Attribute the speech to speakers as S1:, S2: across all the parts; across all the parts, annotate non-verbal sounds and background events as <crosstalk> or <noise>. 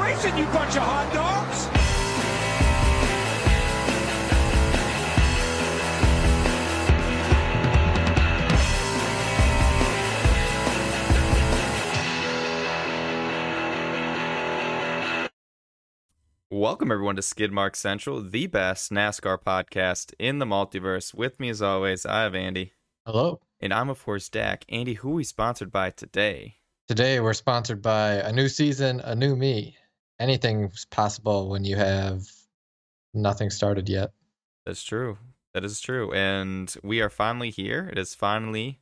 S1: listen, you bunch of hot dogs.
S2: Welcome, everyone, to Skidmark Central, the best NASCAR podcast in the multiverse. With me, as always, I have Andy.
S3: Hello.
S2: And I'm, of course, Dak. Andy, who are we sponsored by today?
S3: Today we're sponsored by a new season, a new me. Anything's possible when you have nothing started yet.
S2: That's true. That is true. And we are finally here. It is finally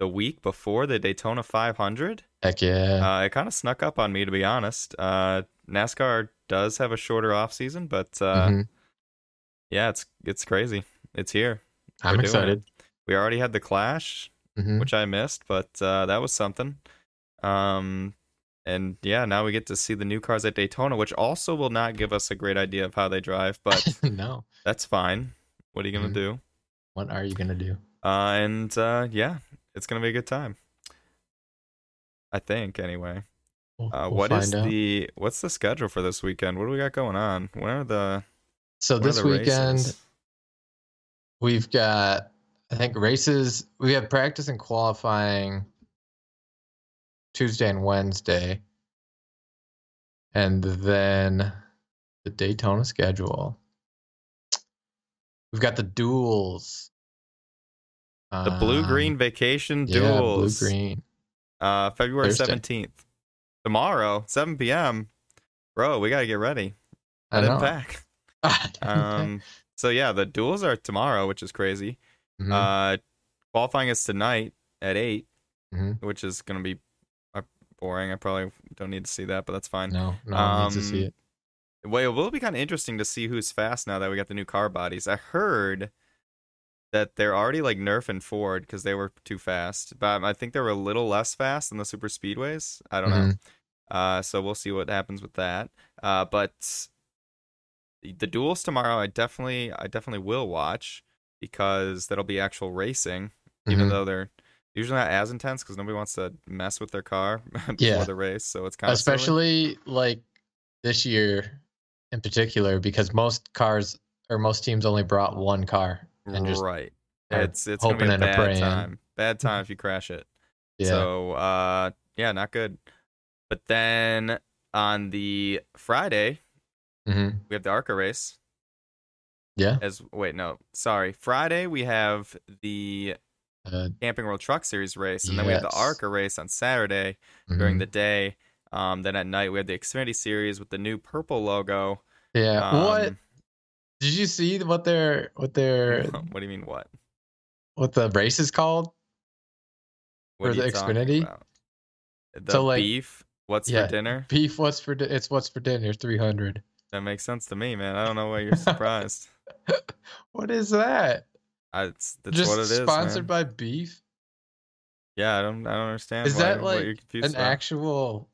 S2: the week before the Daytona 500.
S3: Heck yeah.
S2: Uh, it kind of snuck up on me, to be honest. Uh, NASCAR does have a shorter off season, but uh,
S3: Mhm.
S2: yeah, it's it's crazy. It's here.
S3: I'm
S2: we're doing it.
S3: excited.
S2: We already had the Clash.
S3: Mhm.
S2: which I missed, but uh, that was something. Um, and yeah, now we get to see the new cars at Daytona, which also will not give us a great idea of how they drive,
S3: <laughs>
S2: but
S3: no.
S2: that's fine. What are you gonna
S3: Mhm.
S2: do?
S3: What are you gonna do?
S2: Uh, and uh, yeah, it's gonna be a good time. I think anyway.
S3: We'll,
S2: Uh,
S3: we'll
S2: what is
S3: find out.
S2: the what's the schedule for this weekend? What do we got going on? When are the
S3: so
S2: when are
S3: this
S2: the
S3: weekend
S2: races?
S3: we've got I think races we have practice and qualifying Tuesday and Wednesday. And then the Daytona schedule. We've got the duels.
S2: the blue green
S3: Um,
S2: vacation
S3: Yeah,
S2: duels.
S3: blue green.
S2: Uh, February
S3: Thursday.
S2: seventeenth, tomorrow, seven p.m. Bro, we gotta get ready.
S3: I,
S2: didn't
S3: know.
S2: pack.
S3: <laughs> I didn't pack.
S2: Um, so yeah, the duels are tomorrow, which is crazy.
S3: Mhm.
S2: Uh, qualifying is tonight at 8
S3: Mhm.
S2: which is gonna be uh, boring. I probably don't need to see that, but that's fine.
S3: no, no one needs to see
S2: um,
S3: it.
S2: Well, it will be kind of interesting to see who's fast now that we got the new car bodies. I heard that they're already like nerfing Ford because they were too fast, but I think they were a little less fast than the super speedways. I don't know.
S3: Mm-hmm.
S2: Uh, so we'll see what happens with that. Uh, but the duels tomorrow, I definitely, I definitely will watch because that'll be actual racing, even
S3: Mhm.
S2: though they're usually not as intense because nobody wants to mess with their car <laughs> before
S3: Yeah.
S2: the race. So it's kind of
S3: especially like this year in particular because most cars or most teams only brought one car and just
S2: right.
S3: are
S2: It's it's gonna be a
S3: hoping and a
S2: bad
S3: praying.
S2: time. Bad time if you crash it.
S3: yeah
S2: So uh yeah, not good. But then on the Friday,
S3: Mhm.
S2: we have the ARCA race.
S3: yeah
S2: As wait, no, sorry. Friday we have the
S3: uh,
S2: Camping World Truck Series race, and then we have the
S3: Yes.
S2: ARCA race on Saturday
S3: mm-hmm.
S2: during the day. Um, then at night we have the Xfinity Series with the new purple logo.
S3: mhm. yeah what
S2: Um,
S3: did you see what their what their
S2: <laughs> What do you mean? What?
S3: what the race is called
S2: What
S3: For
S2: are you
S3: the
S2: talking
S3: Xfinity?
S2: about? The
S3: So, like-
S2: beef. What's
S3: Yeah.
S2: for dinner?
S3: beef what's for di- it's what's for dinner 300
S2: That makes sense to me, man. I don't know why
S3: <laughs>
S2: you're surprised.
S3: what is that
S2: I, it's that's
S3: just
S2: what it is.
S3: sponsored
S2: man.
S3: by beef
S2: Yeah, I don't. I don't understand.
S3: Is
S2: why-
S3: that,
S2: what
S3: like,
S2: you're confused
S3: an
S2: about.
S3: actual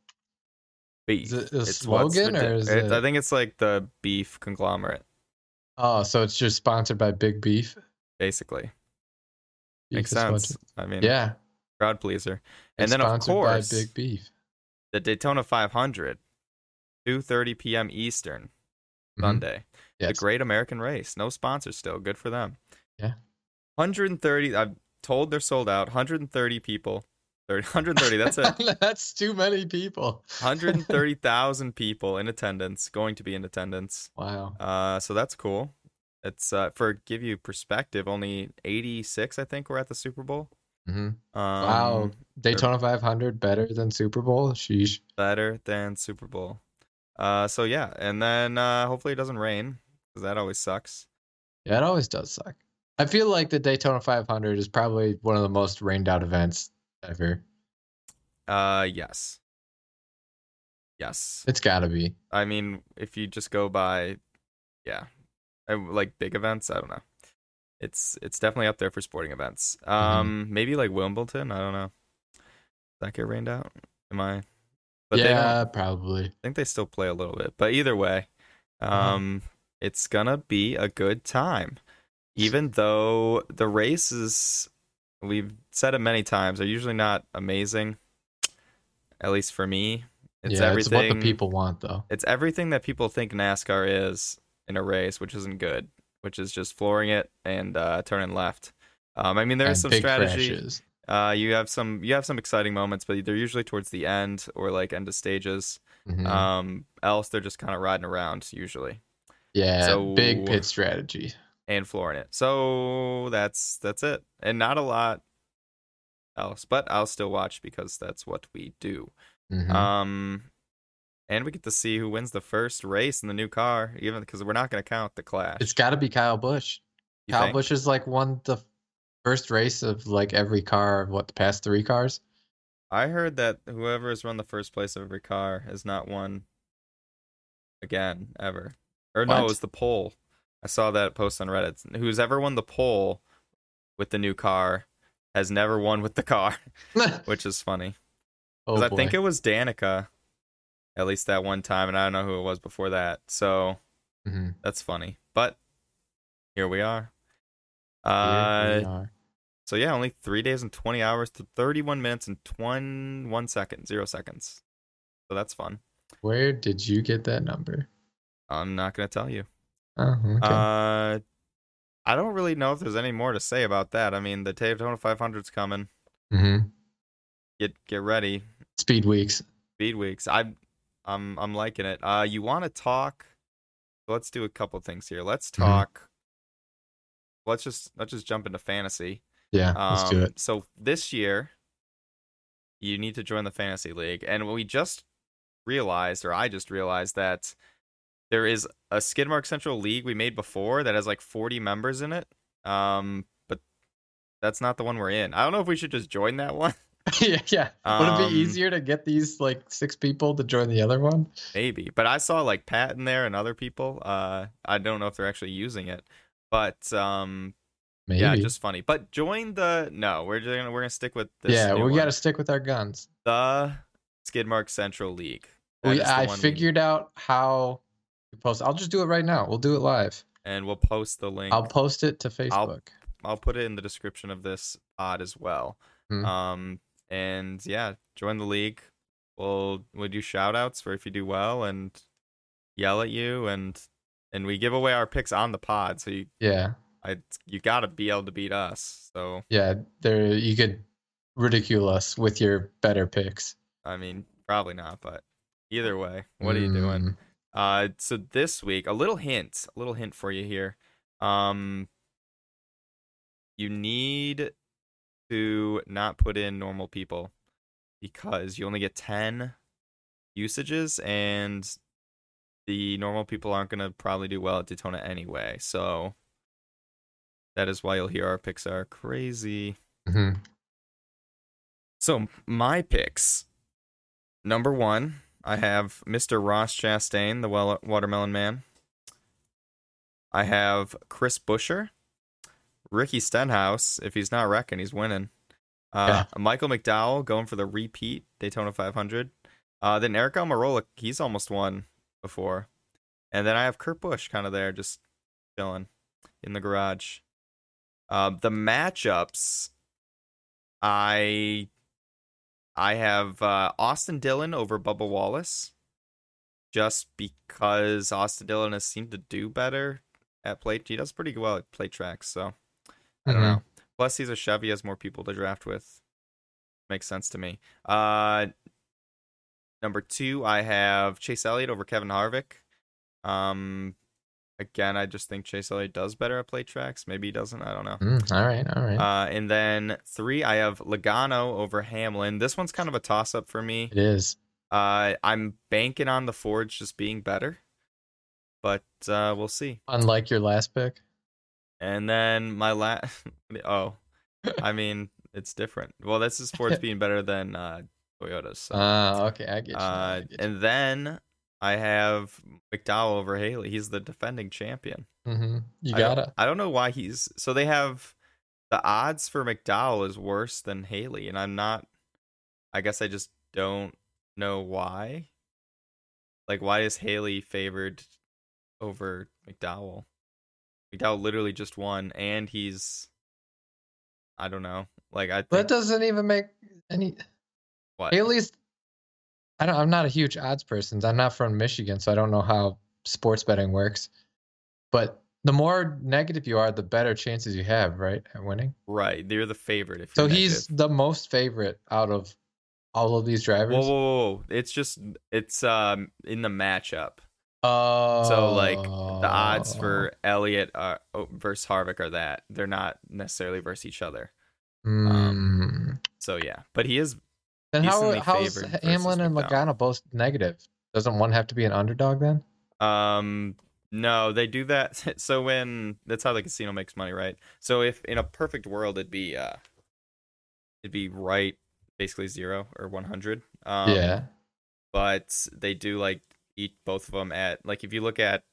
S2: beef?
S3: is it a
S2: what's for
S3: slogan or
S2: din-
S3: is
S2: it's- I
S3: it-
S2: think it's like the beef conglomerate,
S3: oh so it's just sponsored by big beef,
S2: basically.
S3: Beef
S2: Makes
S3: is sponsored-
S2: sense. I mean,
S3: yeah
S2: crowd pleaser. And
S3: it's
S2: then, of
S3: sponsored
S2: course-
S3: by big beef
S2: the Daytona 500, 2:30 p.m. Eastern
S3: Mhm.
S2: Sunday. The
S3: Yes.
S2: Great American Race, no sponsors still. Good for them.
S3: Yeah.
S2: 130. I've told they're sold out. 130 people. 30, 130. That's
S3: <laughs>
S2: it.
S3: <laughs> That's too many people.
S2: 130,000 people in attendance, going to be in attendance.
S3: Wow.
S2: Uh, so that's cool. It's uh, for give you perspective. Only 86, I think, were at the Super Bowl.
S3: hmm
S2: Um,
S3: Wow. Daytona 500 better than Super Bowl? Sheesh.
S2: better than Super Bowl. Uh, so yeah, and then uh, hopefully it doesn't rain because that always sucks.
S3: Yeah, it always does suck. I feel like the Daytona 500 is probably one of the most rained out events ever.
S2: Uh, yes, yes.
S3: It's got to be.
S2: I mean, if you just go by, yeah, I, like big events. I don't know. It's it's definitely up there for sporting events.
S3: Mm-hmm.
S2: Um, maybe like Wimbledon. I don't know. Does that get rained out? Am I? But they don't,
S3: yeah, probably.
S2: I think they still play a little bit. But either way,
S3: Mm-hmm.
S2: um, it's gonna be a good time. Even though the races, we've said it many times, are usually not amazing. At least for me, It's
S3: yeah,
S2: everything.
S3: it's what the people want, though.
S2: It's everything that people think NASCAR is in a race, which isn't good. Which is just flooring it and uh, turning left. Um, I mean, there
S3: And
S2: is some
S3: big
S2: strategy.
S3: crashes.
S2: Uh, you have some you have some exciting moments, but they're usually towards the end or like end of stages.
S3: Mhm.
S2: Um, else they're just kind of riding around usually
S3: yeah,
S2: so-
S3: big pit strategy.
S2: and flooring it. So that's that's it, and not a lot else. But I'll still watch because that's what we do.
S3: Mhm.
S2: Um, and we get to see who wins the first race in the new car, even because we're not going to count the clash.
S3: it's got to be Kyle Busch.
S2: you
S3: Kyle
S2: think?
S3: Busch has like won the first race of like every car of what the past three cars. <laughs>
S2: I heard that whoever has run the first place of every car has not won again ever. Or no, it
S3: What?
S2: was the poll. I saw that post on Reddit. Who's ever won the poll with the new car has never won with the car, <laughs>
S3: oh
S2: which is funny.
S3: boy.
S2: 'Cause I think it was Danica, at least that one time, and I don't know who it was before that. So
S3: Mhm.
S2: that's funny. But here we are.
S3: Here
S2: Uh,
S3: we are.
S2: so yeah, only three days and twenty hours to thirty-one minutes and twenty-one seconds, zero seconds. So that's fun.
S3: Where did you get that number?
S2: I'm not gonna tell you.
S3: Oh, okay.
S2: Uh, I don't really know if there's any more to say about that. I mean, the Daytona 500's coming.
S3: hmm
S2: Get get ready.
S3: Speed weeks.
S2: Speed weeks. I, I'm I'm liking it. Uh, you want to talk? Let's do a couple things here. Let's
S3: Mm-hmm.
S2: talk. Let's just let's just jump into fantasy.
S3: Yeah, let's do
S2: Um,
S3: it.
S2: So this year, you need to join the fantasy league, and we just realized, or I just realized that there is a Skidmark Central league we made before that has like 40 members in it. Um, but that's not the one we're in. I don't know if we should just join that one.
S3: <laughs> yeah, yeah. Would it
S2: um,
S3: be easier to get these like six people to join the other one?
S2: Maybe, but I saw like Pat in there and other people. Uh, I don't know if they're actually using it, but um,
S3: Maybe.
S2: yeah, just funny. But join the no, we're just gonna we're gonna stick with this.
S3: yeah,
S2: new
S3: we
S2: one.
S3: got to stick with our guns.
S2: the Skidmark Central League. That
S3: We,
S2: is the
S3: I
S2: one we-
S3: figured out how to post. I'll just do it right now. We'll do it live.
S2: and we'll post the link.
S3: I'll
S2: I'll,
S3: post it to Facebook.
S2: put it in the description of this pod as well.
S3: Hmm.
S2: Um, and yeah, join the league. We'll we'll do shout outs for if you do well and yell at you and and we give away our picks on the pod. So you
S3: yeah,
S2: I you gotta be able to beat us. So
S3: yeah. There, you could ridicule us with your better picks.
S2: I mean probably not, but either way, what are you doing?
S3: Mm,
S2: Uh, so this week, a little hint, a little hint for you here. Um, you need to not put in normal people because you only get ten usages, and the normal people aren't gonna probably do well at Daytona anyway. So that is why you'll hear our picks are crazy.
S3: mhm.
S2: So my picks. Number one, I have Mr. Ross Chastain, the well- Watermelon Man. I have Chris Busher, Ricky Stenhouse. If he's not wrecking, he's winning. Uh, Michael McDowell going for the repeat Daytona 500. Uh, then Eric Almirola, he's almost won before. And then I have Kurt Busch kind of there, just chilling in the garage. Uh, the matchups, I I have uh, Austin Dillon over Bubba Wallace, just because Austin Dillon has seemed to do better at play. He does pretty well at play tracks, so I don't
S3: Mhm.
S2: know. Plus, he's a Chevy, has more people to draft with. Makes sense to me. Uh, number two, I have Chase Elliott over Kevin Harvick. Um, again, I just think Chase Elliott does better at play tracks. Maybe he doesn't. I don't know.
S3: Mm, all right, all right.
S2: Uh, and then three, I have Logano over Hamlin. This one's kind of a toss up for me.
S3: it is.
S2: Uh, I'm banking on the Fords just being better, but uh, we'll see.
S3: Unlike your last pick.
S2: And then my <laughs> last, oh,
S3: <laughs>
S2: I mean, it's different. Well, this is Fords being better than uh, Toyotas. So.
S3: Ah, okay, I get you. now, I
S2: Uh,
S3: get you.
S2: and then I have McDowell over Haley. He's the defending champion.
S3: Mhm. You
S2: I don't-
S3: gotta.
S2: I don't know why he's so they have the odds for McDowell is worse than Haley, and I'm not. I guess I just don't know why. Like, why is Haley favored over McDowell? McDowell literally just won, and he's. I don't know. Like I
S3: That
S2: think
S3: doesn't even make any.
S2: what
S3: Haley's I don't. I'm not a huge odds person. I'm not from Michigan, so I don't know how sports betting works. But the more negative you are, the better chances you have, right, at winning.
S2: Right, you're the favorite. If
S3: So
S2: you're
S3: he's
S2: negative.
S3: the most favorite out of all of these drivers.
S2: whoa, whoa, whoa, whoa. It's just it's um in the matchup.
S3: Oh,
S2: So like the odds for Elliott are, oh, versus Harvick are that they're not necessarily versus each other.
S3: Oh, Hmm.
S2: So yeah, but he is
S3: then how
S2: um, decently
S3: how's
S2: favored versus
S3: Hamlin and
S2: McDowell.
S3: Logano both negative? Doesn't one have to be an underdog then?
S2: Um, no, they do that. <laughs> So when that's how the casino makes money, right? So if in a perfect world, it'd be uh, it'd be right basically zero or one hundred. Um,
S3: yeah.
S2: But they do like eat both of them at like if you look at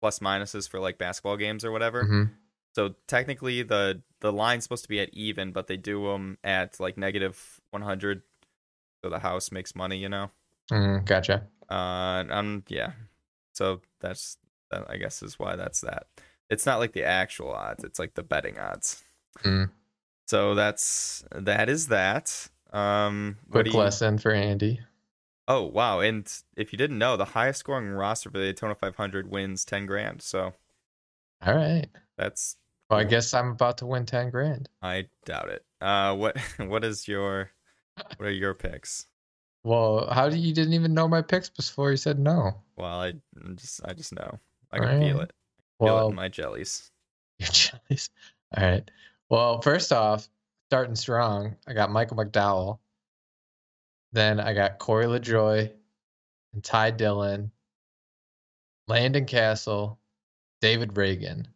S2: plus minuses for like basketball games or whatever.
S3: Mhm.
S2: So technically the the line's supposed to be at even, but they do them at like negative one hundred. So the house makes money, you know.
S3: Mm, gotcha.
S2: Uh, um, yeah. So that's that. I guess is why that's that. It's not like the actual odds. It's like the betting odds.
S3: Mm.
S2: So that's that is that. Um, what do
S3: Quick
S2: you-
S3: lesson for Andy.
S2: Oh wow! And if you didn't know, the highest scoring roster for the Daytona 500 wins 10 grand. So
S3: All right.
S2: that's
S3: Well, I
S2: Cool.
S3: guess I'm about to win ten grand.
S2: I doubt it. Uh, what <laughs> what is your what are your picks?
S3: Well, how do you, you didn't even know my picks before you said no?
S2: Well, I I'm just I just know. I can feel it.
S3: Alright.
S2: Feel it
S3: Well,
S2: in
S3: <laughs>
S2: my jellies.
S3: Your chilies. All right. Well, first off, starting strong, I got Michael McDowell. Then I got Corey LaJoy and Ty Dillon, Landon Castle, David Reagan.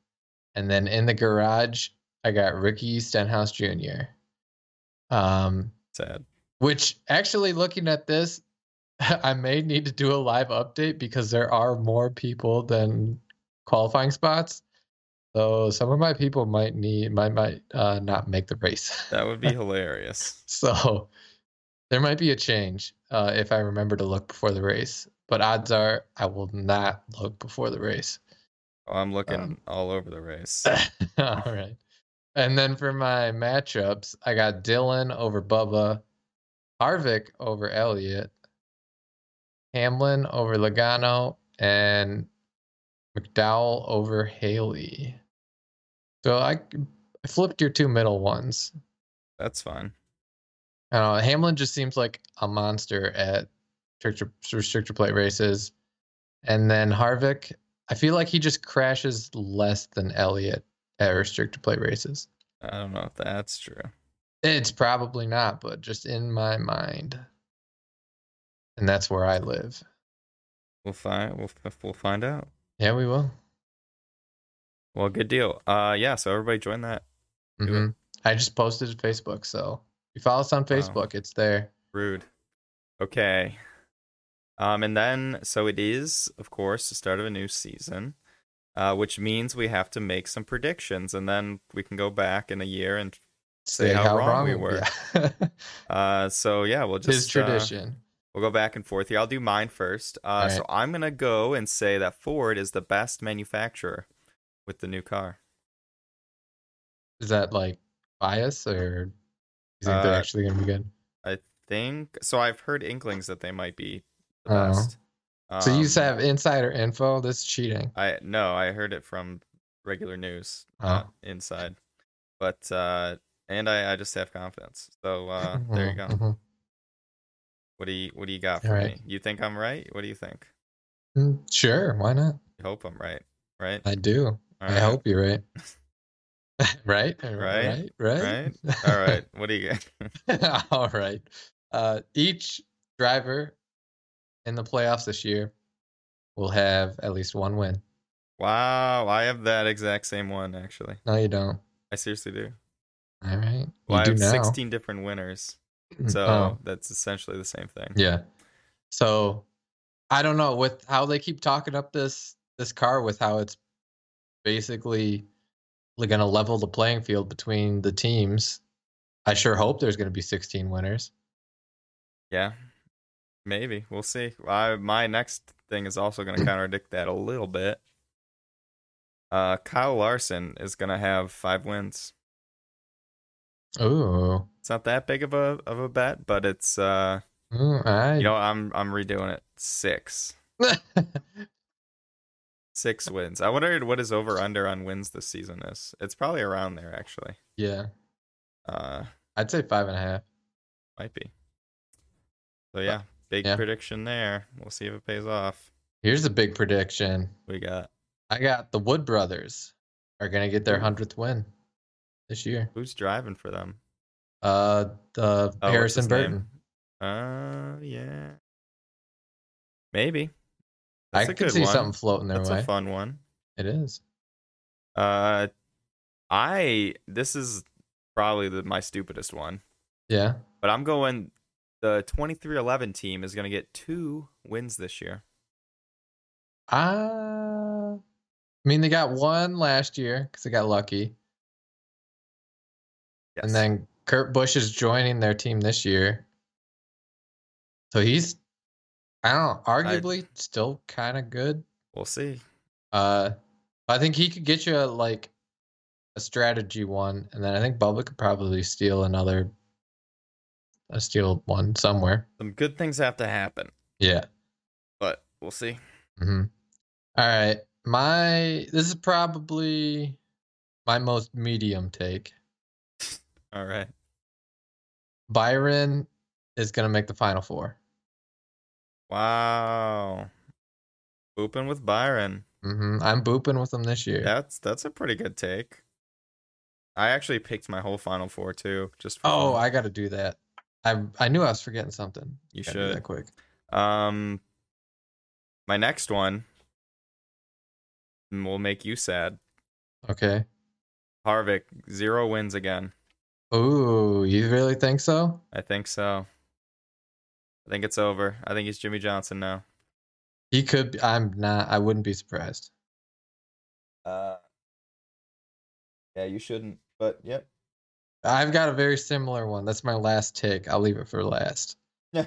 S3: And then in the garage, I got Ricky Stenhouse Jr. Um,
S2: Sad.
S3: which actually, looking at this, <laughs> I may need to do a live update because there are more people than qualifying spots. So some of my people might need might might uh, not make the race. <laughs>
S2: That would be hilarious.
S3: so there might be a change uh, if I remember to look before the race. But odds are I will not look before the race.
S2: Oh, I'm looking
S3: Um,
S2: all over the race.
S3: <laughs> All right. And then for my matchups, I got Dylan over Bubba, Harvick over Elliott, Hamlin over Logano, and McDowell over Haley. So I, I flipped your two middle ones.
S2: That's fine.
S3: I don't know, Hamlin just seems like a monster at restrictor, restrictor plate races. And then Harvick, I feel like he just crashes less than Elliott at restrictor plate races.
S2: I don't know if that's true.
S3: It's probably not, but just in my mind. And that's where I live.
S2: We'll find we'll f- we'll find out.
S3: Yeah, we will.
S2: Well, good deal. Uh, yeah. So everybody join that Do it.
S3: Mhm. I just posted it to Facebook, so if you follow us on Facebook, it's there.
S2: rude. Okay. Um, and then so it is, of course, the start of a new season, uh, which means we have to make some predictions, and then we can go back in a year and Say how wrong we were.
S3: yeah.
S2: uh, so yeah, we'll just
S3: <laughs> His
S2: uh,
S3: tradition.
S2: We'll go back and forth here. I'll do mine first. Uh, so I'm gonna go and say that Ford is the best manufacturer with the new car.
S3: Is that like bias or you think they're
S2: Uh,
S3: actually gonna be good?
S2: I think so. I've heard inklings that they might be the
S3: Oh.
S2: best.
S3: So you just
S2: Um,
S3: have insider info. This is cheating.
S2: I no, I heard it from regular news, not
S3: Oh.
S2: inside. But uh, and I, I just have confidence. So uh, there
S3: <laughs>
S2: you go.
S3: Mhm.
S2: What do you what do you got for
S3: Alright.
S2: me? You think I'm right? What do you think?
S3: Mm, Sure, why not?
S2: You hope I'm right, right?
S3: I do. I
S2: Alright,
S3: hope you're right. <laughs> right?
S2: Right?
S3: Right? Right?
S2: Right?
S3: <laughs>
S2: All right. What do you got?
S3: All right. Uh, each driver in the playoffs this year will have at least one win.
S2: <laughs> wow, I have that exact same one actually.
S3: No, you don't.
S2: I seriously do.
S3: All right. You
S2: Well, I
S3: do
S2: have
S3: now.
S2: 16 different winners, so
S3: Oh,
S2: that's essentially the same thing.
S3: yeah. So I don't know with how they keep talking up this this car with how it's basically like going to level the playing field between the teams. I sure hope there's going to be 16 winners.
S2: Yeah, maybe we'll see. I, my next thing is also going to contradict that a little bit. Uh, Kyle Larson is going to have five wins.
S3: Ooh.
S2: It's not that big of a of a bet, but it's uh,
S3: Mm, I,
S2: You know, I'm I'm redoing it. Six. Six wins. I wondered what his over under on wins this season is. It's probably around there actually.
S3: <laughs> yeah,
S2: Uh
S3: I'd say five and a half.
S2: might be. So yeah, big
S3: yeah.
S2: prediction there. We'll see if it pays off.
S3: Here's a big prediction.
S2: We got
S3: I got the Wood Brothers are gonna get their hundredth win this year.
S2: who's driving for them?
S3: Uh, the
S2: Oh, what's
S3: Harrison
S2: his name?
S3: Burton.
S2: Uh yeah. Maybe.
S3: I
S2: That's a
S3: could
S2: good
S3: see
S2: one.
S3: something floating their
S2: That's
S3: way.
S2: a fun one.
S3: it is.
S2: Uh I this is probably the, my stupidest one.
S3: Yeah.
S2: But I'm going the 2311 team is going to get two wins this year.
S3: Uh, I mean, they got one last year because they got lucky.
S2: Yes.
S3: And then Kurt Busch is joining their team this year. So he's, I don't know, arguably still kind of good.
S2: we'll see.
S3: Uh, I think he could get you a, like a strategy one, and then I think Bubba could probably steal another, a steal one somewhere.
S2: Some good things have to happen,
S3: Yeah.
S2: but we'll see.
S3: Mm-hmm. All right. My this is probably my most medium take.
S2: All right.
S3: Byron is gonna make the final four.
S2: Wow. Open with Byron.
S3: Mm-hmm. I'm booping with him this year.
S2: That's that's a pretty good take. I actually picked my whole final four too, just for
S3: Oh,
S2: fun.
S3: I gotta do that. I I knew I was forgetting something.
S2: You
S3: Gotta do
S2: should.
S3: that quick.
S2: um my next one will make you sad.
S3: Okay.
S2: Harvick, zero wins again.
S3: Ooh, you really think so?
S2: I think so. I think it's over. I think he's Jimmy Johnson now.
S3: He could. be- I'm not. I wouldn't be surprised.
S2: Uh, yeah, you shouldn't. But yep.
S3: I've got a very similar one. That's my last take. I'll leave it for last.
S2: All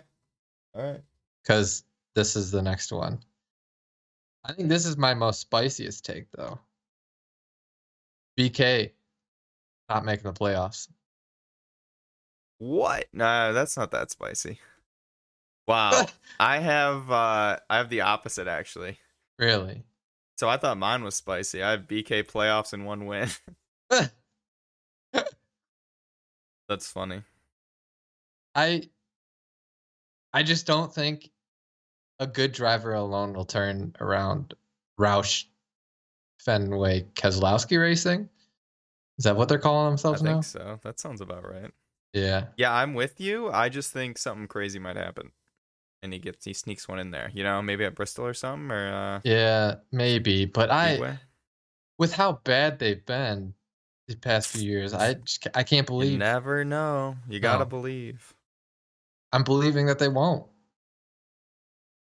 S2: right.
S3: because this is the next one. I think this is my most spiciest take though. BK not making the playoffs.
S2: What? No, that's not that spicy. <laughs> Wow. I have uh I have the opposite actually.
S3: really?
S2: So I thought mine was spicy. I have BK playoffs and one
S3: <laughs>
S2: win. that's funny.
S3: I I just don't think a good driver alone will turn around Roush Fenway Keselowski racing. Is that what they're calling
S2: I
S3: themselves now?
S2: think so. That sounds about right.
S3: Yeah.
S2: Yeah, I'm with you. I just think something crazy might happen. And he gets he sneaks one in there. You know, maybe at Bristol or something or uh
S3: Yeah, maybe. But I
S2: Speedway.
S3: with how bad they've been the past few years, I just, ca- I can't
S2: You
S3: believe
S2: never know. You gotta
S3: No.
S2: believe.
S3: I'm believing that they won't.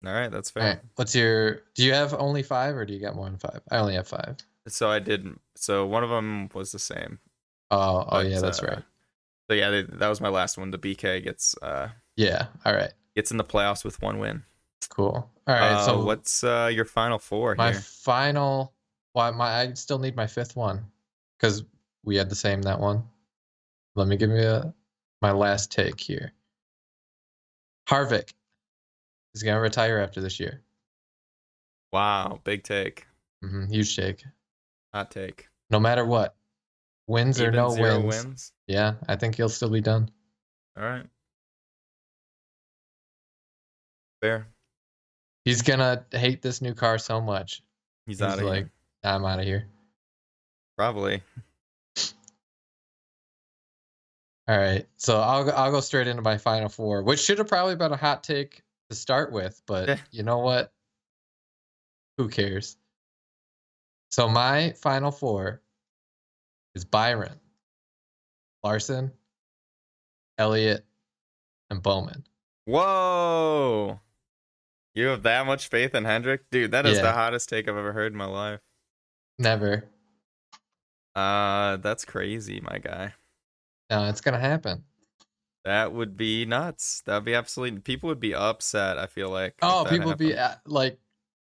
S2: All right, that's
S3: All
S2: fair.
S3: right, what's your? Do you have only five, or do you got more than five? I only have five.
S2: So I did. So one of them was the same.
S3: Oh, oh
S2: but,
S3: yeah, that's
S2: uh,
S3: right.
S2: So yeah, th- that was my last one. The BK gets uh
S3: Yeah. All right.
S2: gets in the playoffs with one win.
S3: Cool. All right.
S2: Uh,
S3: so
S2: what's uh your final four
S3: my
S2: here?
S3: final? Why my? I still need my fifth one because we had the same that one. Let me give you a, my last take here. Harvick is gonna retire after this year.
S2: Wow, big take,
S3: hmm huge shake.
S2: hot take.
S3: No matter what, wins or
S2: Even
S3: no
S2: zero
S3: wins. Yeah, I think he'll still be done.
S2: All right. Fair.
S3: He's gonna hate this new car so much.
S2: He's,
S3: He's
S2: out of
S3: like,
S2: here.
S3: I'm out of here.
S2: Probably.
S3: All right, so I'll go- I'll go straight into my final four, which should have probably been a hot take to start with, but
S2: Yeah.
S3: you know what? Who cares? So my final four is Byron, Larson, Elliott, and Bowman.
S2: Whoa. You have that much faith in Hendrick, dude? That is
S3: Yeah.
S2: the hottest take I've ever heard in my life.
S3: Never.
S2: Uh, that's crazy, my guy.
S3: No, it's gonna happen.
S2: That would be nuts. That'd be absolutely. People would be upset. I feel like. if
S3: Oh,
S2: that
S3: people be
S2: happened.
S3: uh, like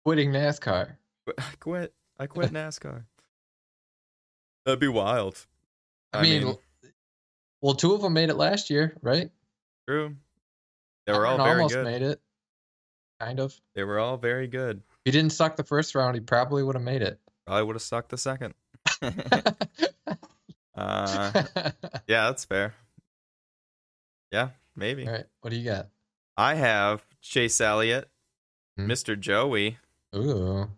S3: quitting NASCAR.
S2: Qu- I quit. I
S3: <laughs>
S2: quit NASCAR. That'd be wild.
S3: I mean, well, two of them made it last year, right?
S2: true. They were all
S3: Cameron
S2: very
S3: almost
S2: good.
S3: made it. Kind of. If
S2: They were all very good.
S3: he didn't suck the first round, he probably would have
S2: <laughs>
S3: made it.
S2: Probably would have sucked the second.
S3: <laughs>
S2: uh, yeah, that's fair. Yeah, maybe.
S3: All right, what do you got?
S2: I have Chase Elliott,
S3: Hmm.
S2: Mr. Joey,
S3: Ooh,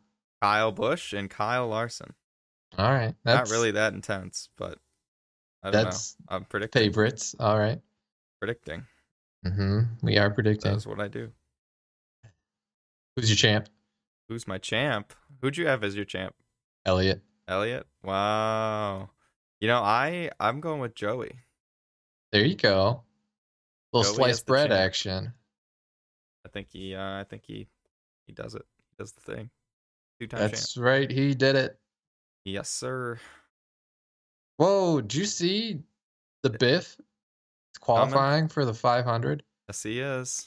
S2: Kyle Bush, and Kyle Larson.
S3: all right. That's
S2: Not really that intense, but I don't
S3: That's
S2: know. I'm predicting.
S3: favorites. All right.
S2: predicting.
S3: Mm-hmm. We are predicting.
S2: That's what I do.
S3: Who's your champ?
S2: Who's my champ? Who'd you have as your champ?
S3: Elliot.
S2: Elliot. Wow. You know, I I'm going with Joey.
S3: There you go. Little
S2: Joey is
S3: sliced
S2: the
S3: bread
S2: champ.
S3: action.
S2: I think he uh, I think he he does it. He does the thing. Two time champ.
S3: That's right. He did it.
S2: Yes, sir.
S3: Whoa, did you see the Biff is qualifying for the 500?
S2: Yes, he is.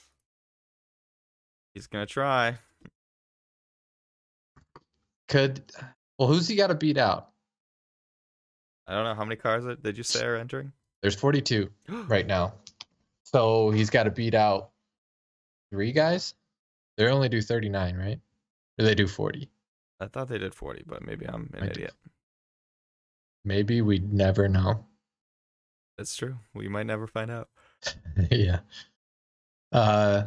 S2: He's gonna try.
S3: Could well, who's he got to beat out?
S2: I don't know how many cars are, did you say are entering?
S3: There's 42 right now, so he's got to beat out three guys. They only do 39, right? Or they do 40.
S2: I thought they did forty, but maybe I'm an
S3: I did.
S2: idiot.
S3: Maybe we never know.
S2: That's true. We might never find out.
S3: <laughs> yeah. Uh,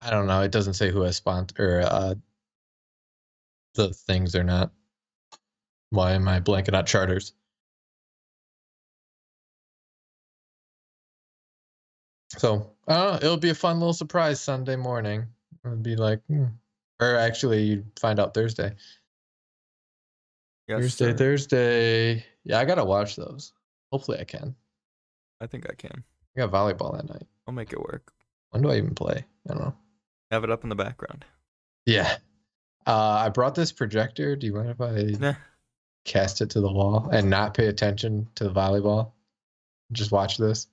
S3: I don't know. It doesn't say who has sponsor or uh, the things or not. Why am I blanking out charters? So I don't know. It'll be a fun little surprise Sunday morning. It'll be like, hmm. or actually, you find out Thursday.
S2: Yes,
S3: Thursday,
S2: sir.
S3: Thursday. Yeah, I gotta watch those. Hopefully, I can.
S2: I think I can.
S3: I got volleyball that night.
S2: I'll make it work.
S3: When do I even play? I don't know.
S2: Have it up in the background.
S3: Yeah. Uh, I brought this projector. Do you mind if I
S2: Nah.
S3: cast it to the wall and not pay attention to the volleyball? Just watch this.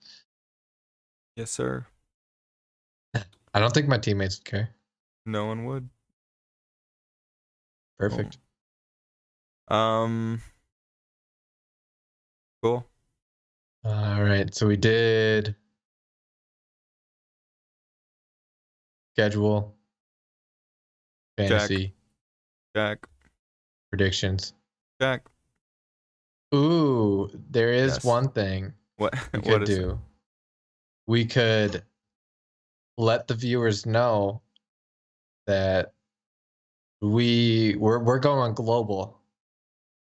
S2: Yes, sir.
S3: I don't think my teammates would care.
S2: No one would.
S3: Perfect.
S2: Um. Cool.
S3: All right. So we did schedule, fantasy,
S2: Jack.
S3: predictions.
S2: Jack.
S3: Ooh, there is
S2: Yes.
S3: one thing
S2: What? <laughs>
S3: we
S2: what
S3: could
S2: is? it?
S3: do. We could let the viewers know that we we're we're going global.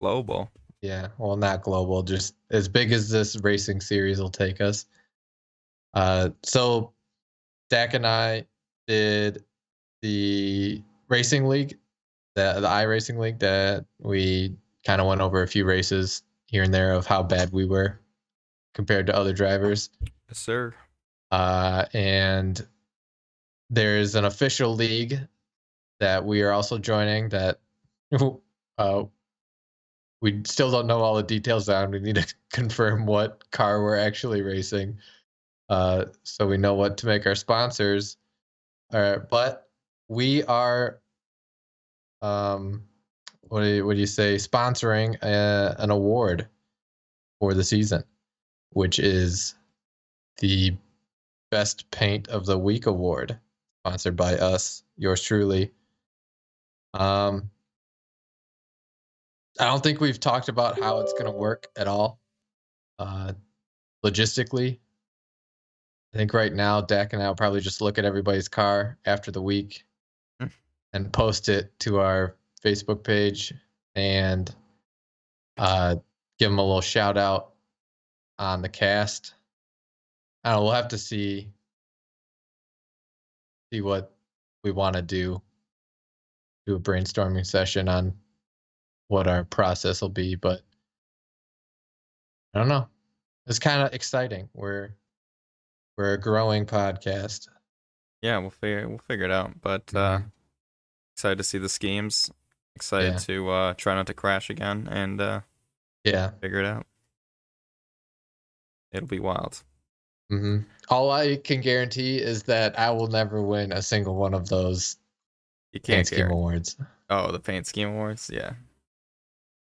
S2: Global.
S3: Yeah, well, not global, just as big as this racing series will take us. Uh, so Dak and I did the racing league, the the iRacing league that we kind of went over a few races here and there of how bad we were compared to other drivers.
S2: Yes, sir.
S3: Uh, and there is an official league that we are also joining that <laughs> uh, we still don't know all the details on. We need to <laughs> confirm what car we're actually racing uh, so we know what to make our sponsors. Uh, but we are, um, what do you, what do you say, sponsoring a, an award for the season, which is the Best Paint of the Week award, sponsored by us, yours truly. Um, I don't think we've talked about how it's going to work at all, uh, logistically. I think right now, Dak and I will probably just look at everybody's car after the week
S2: Hmm.
S3: and post it to our Facebook page and uh, give them a little shout out on the cast. I don't know, we'll have to see see what we want to do. Do a brainstorming session on what our process will be, but I don't know. It's kind of exciting. We're we're a growing podcast.
S2: Yeah, we'll figure we'll figure it out. But uh, excited to see the schemes. Excited
S3: Mm-hmm. Yeah.
S2: to uh, try not to crash again and uh,
S3: Yeah.
S2: figure it out. It'll be wild.
S3: hmm All I can guarantee is that I will never win a single one of those
S2: You can't
S3: Can't Scheme
S2: care.
S3: awards.
S2: Oh, the paint scheme awards. Yeah,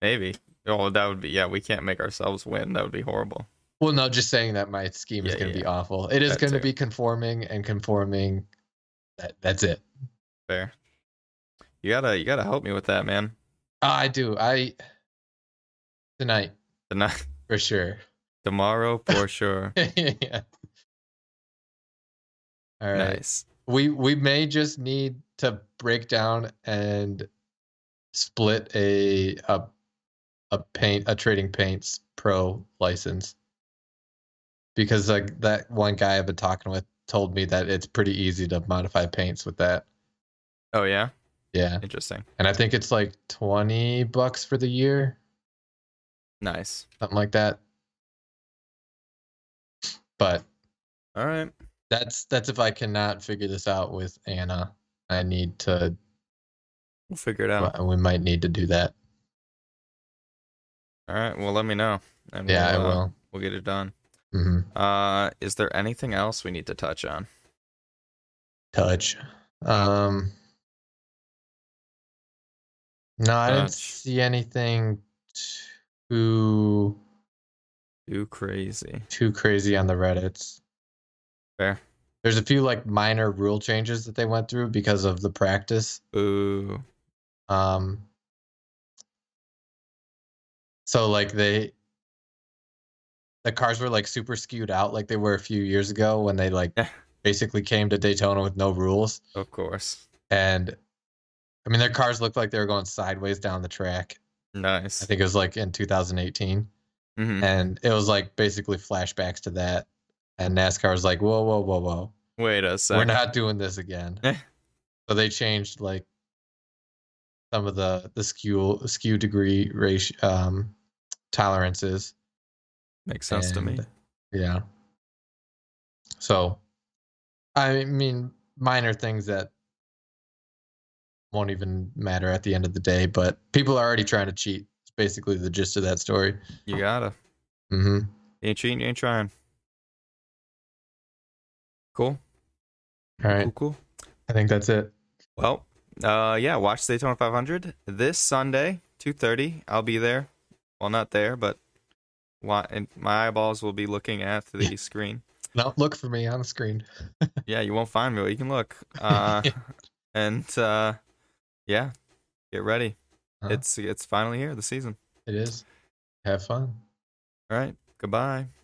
S2: maybe. Oh, that would be yeah. We can't make ourselves win. That would be horrible.
S3: Well, no, just saying that my scheme is
S2: Yeah,
S3: going to
S2: yeah.
S3: be awful. It is
S2: That
S3: going to
S2: too.
S3: be conforming and conforming. That, that's it.
S2: Fair. You gotta you gotta help me with that, man.
S3: Oh, I do. I tonight
S2: The night
S3: for sure.
S2: <laughs>
S3: <laughs>
S2: tomorrow for sure.
S3: yeah. All right.
S2: Nice.
S3: We we may just need to break down and split a a a paint a trading paints pro license because like that one guy I've been talking with told me that it's pretty easy to modify paints with that.
S2: Oh yeah?
S3: Yeah,
S2: Interesting.
S3: and I think it's like twenty bucks for the year,
S2: Nice.
S3: something like that. But
S2: All right.
S3: That's that's if I cannot figure this out with Anna. I need to.
S2: We'll figure it out.
S3: we- We might need to do that.
S2: All right. Well let me know. And
S3: yeah,
S2: we'll,
S3: I
S2: uh,
S3: will.
S2: we'll get it done.
S3: hmm
S2: Uh is there anything else we need to touch on?
S3: Touch. Um. No, I didn't
S2: Touch.
S3: see anything too
S2: Too crazy.
S3: too crazy on the Reddit's.
S2: Fair.
S3: There's a few like minor rule changes that they went through because of the practice.
S2: Ooh.
S3: Um, so like they, the cars were like super skewed out, like they were a few years ago when they like
S2: Yeah.
S3: basically came to Daytona with no rules.
S2: Of course.
S3: And I mean, their cars looked like they were going sideways down the track. I
S2: Nice.
S3: think it was like in 2018,
S2: hmm
S3: and it was like basically flashbacks to that. And NASCAR was like, whoa, whoa, whoa, whoa,
S2: Wait a
S3: we're
S2: second.
S3: not doing this again.
S2: Eh.
S3: so they changed like some of the the skew skew degree ratio um, tolerances.
S2: Makes sense to me.
S3: and- Yeah. So, I mean, minor things that won't even matter at the end of the day, but people are already trying to cheat. It's basically the gist of that story.
S2: You gotta.
S3: hmm
S2: You ain't cheating, you ain't trying. Cool.
S3: All right,
S2: Cool, cool.
S3: I think that's it.
S2: Well, uh, yeah, watch Daytona 500 this Sunday, 2:30. I'll be there. Well, not there, but wa- and my eyeballs will be looking at
S3: <laughs>
S2: the screen.
S3: No, look for me on the screen.
S2: Yeah, you won't find me, but you can look. Uh, and uh, yeah, get ready.
S3: Huh?
S2: It's it's finally here, the season.
S3: It is. Have fun.
S2: All right, goodbye.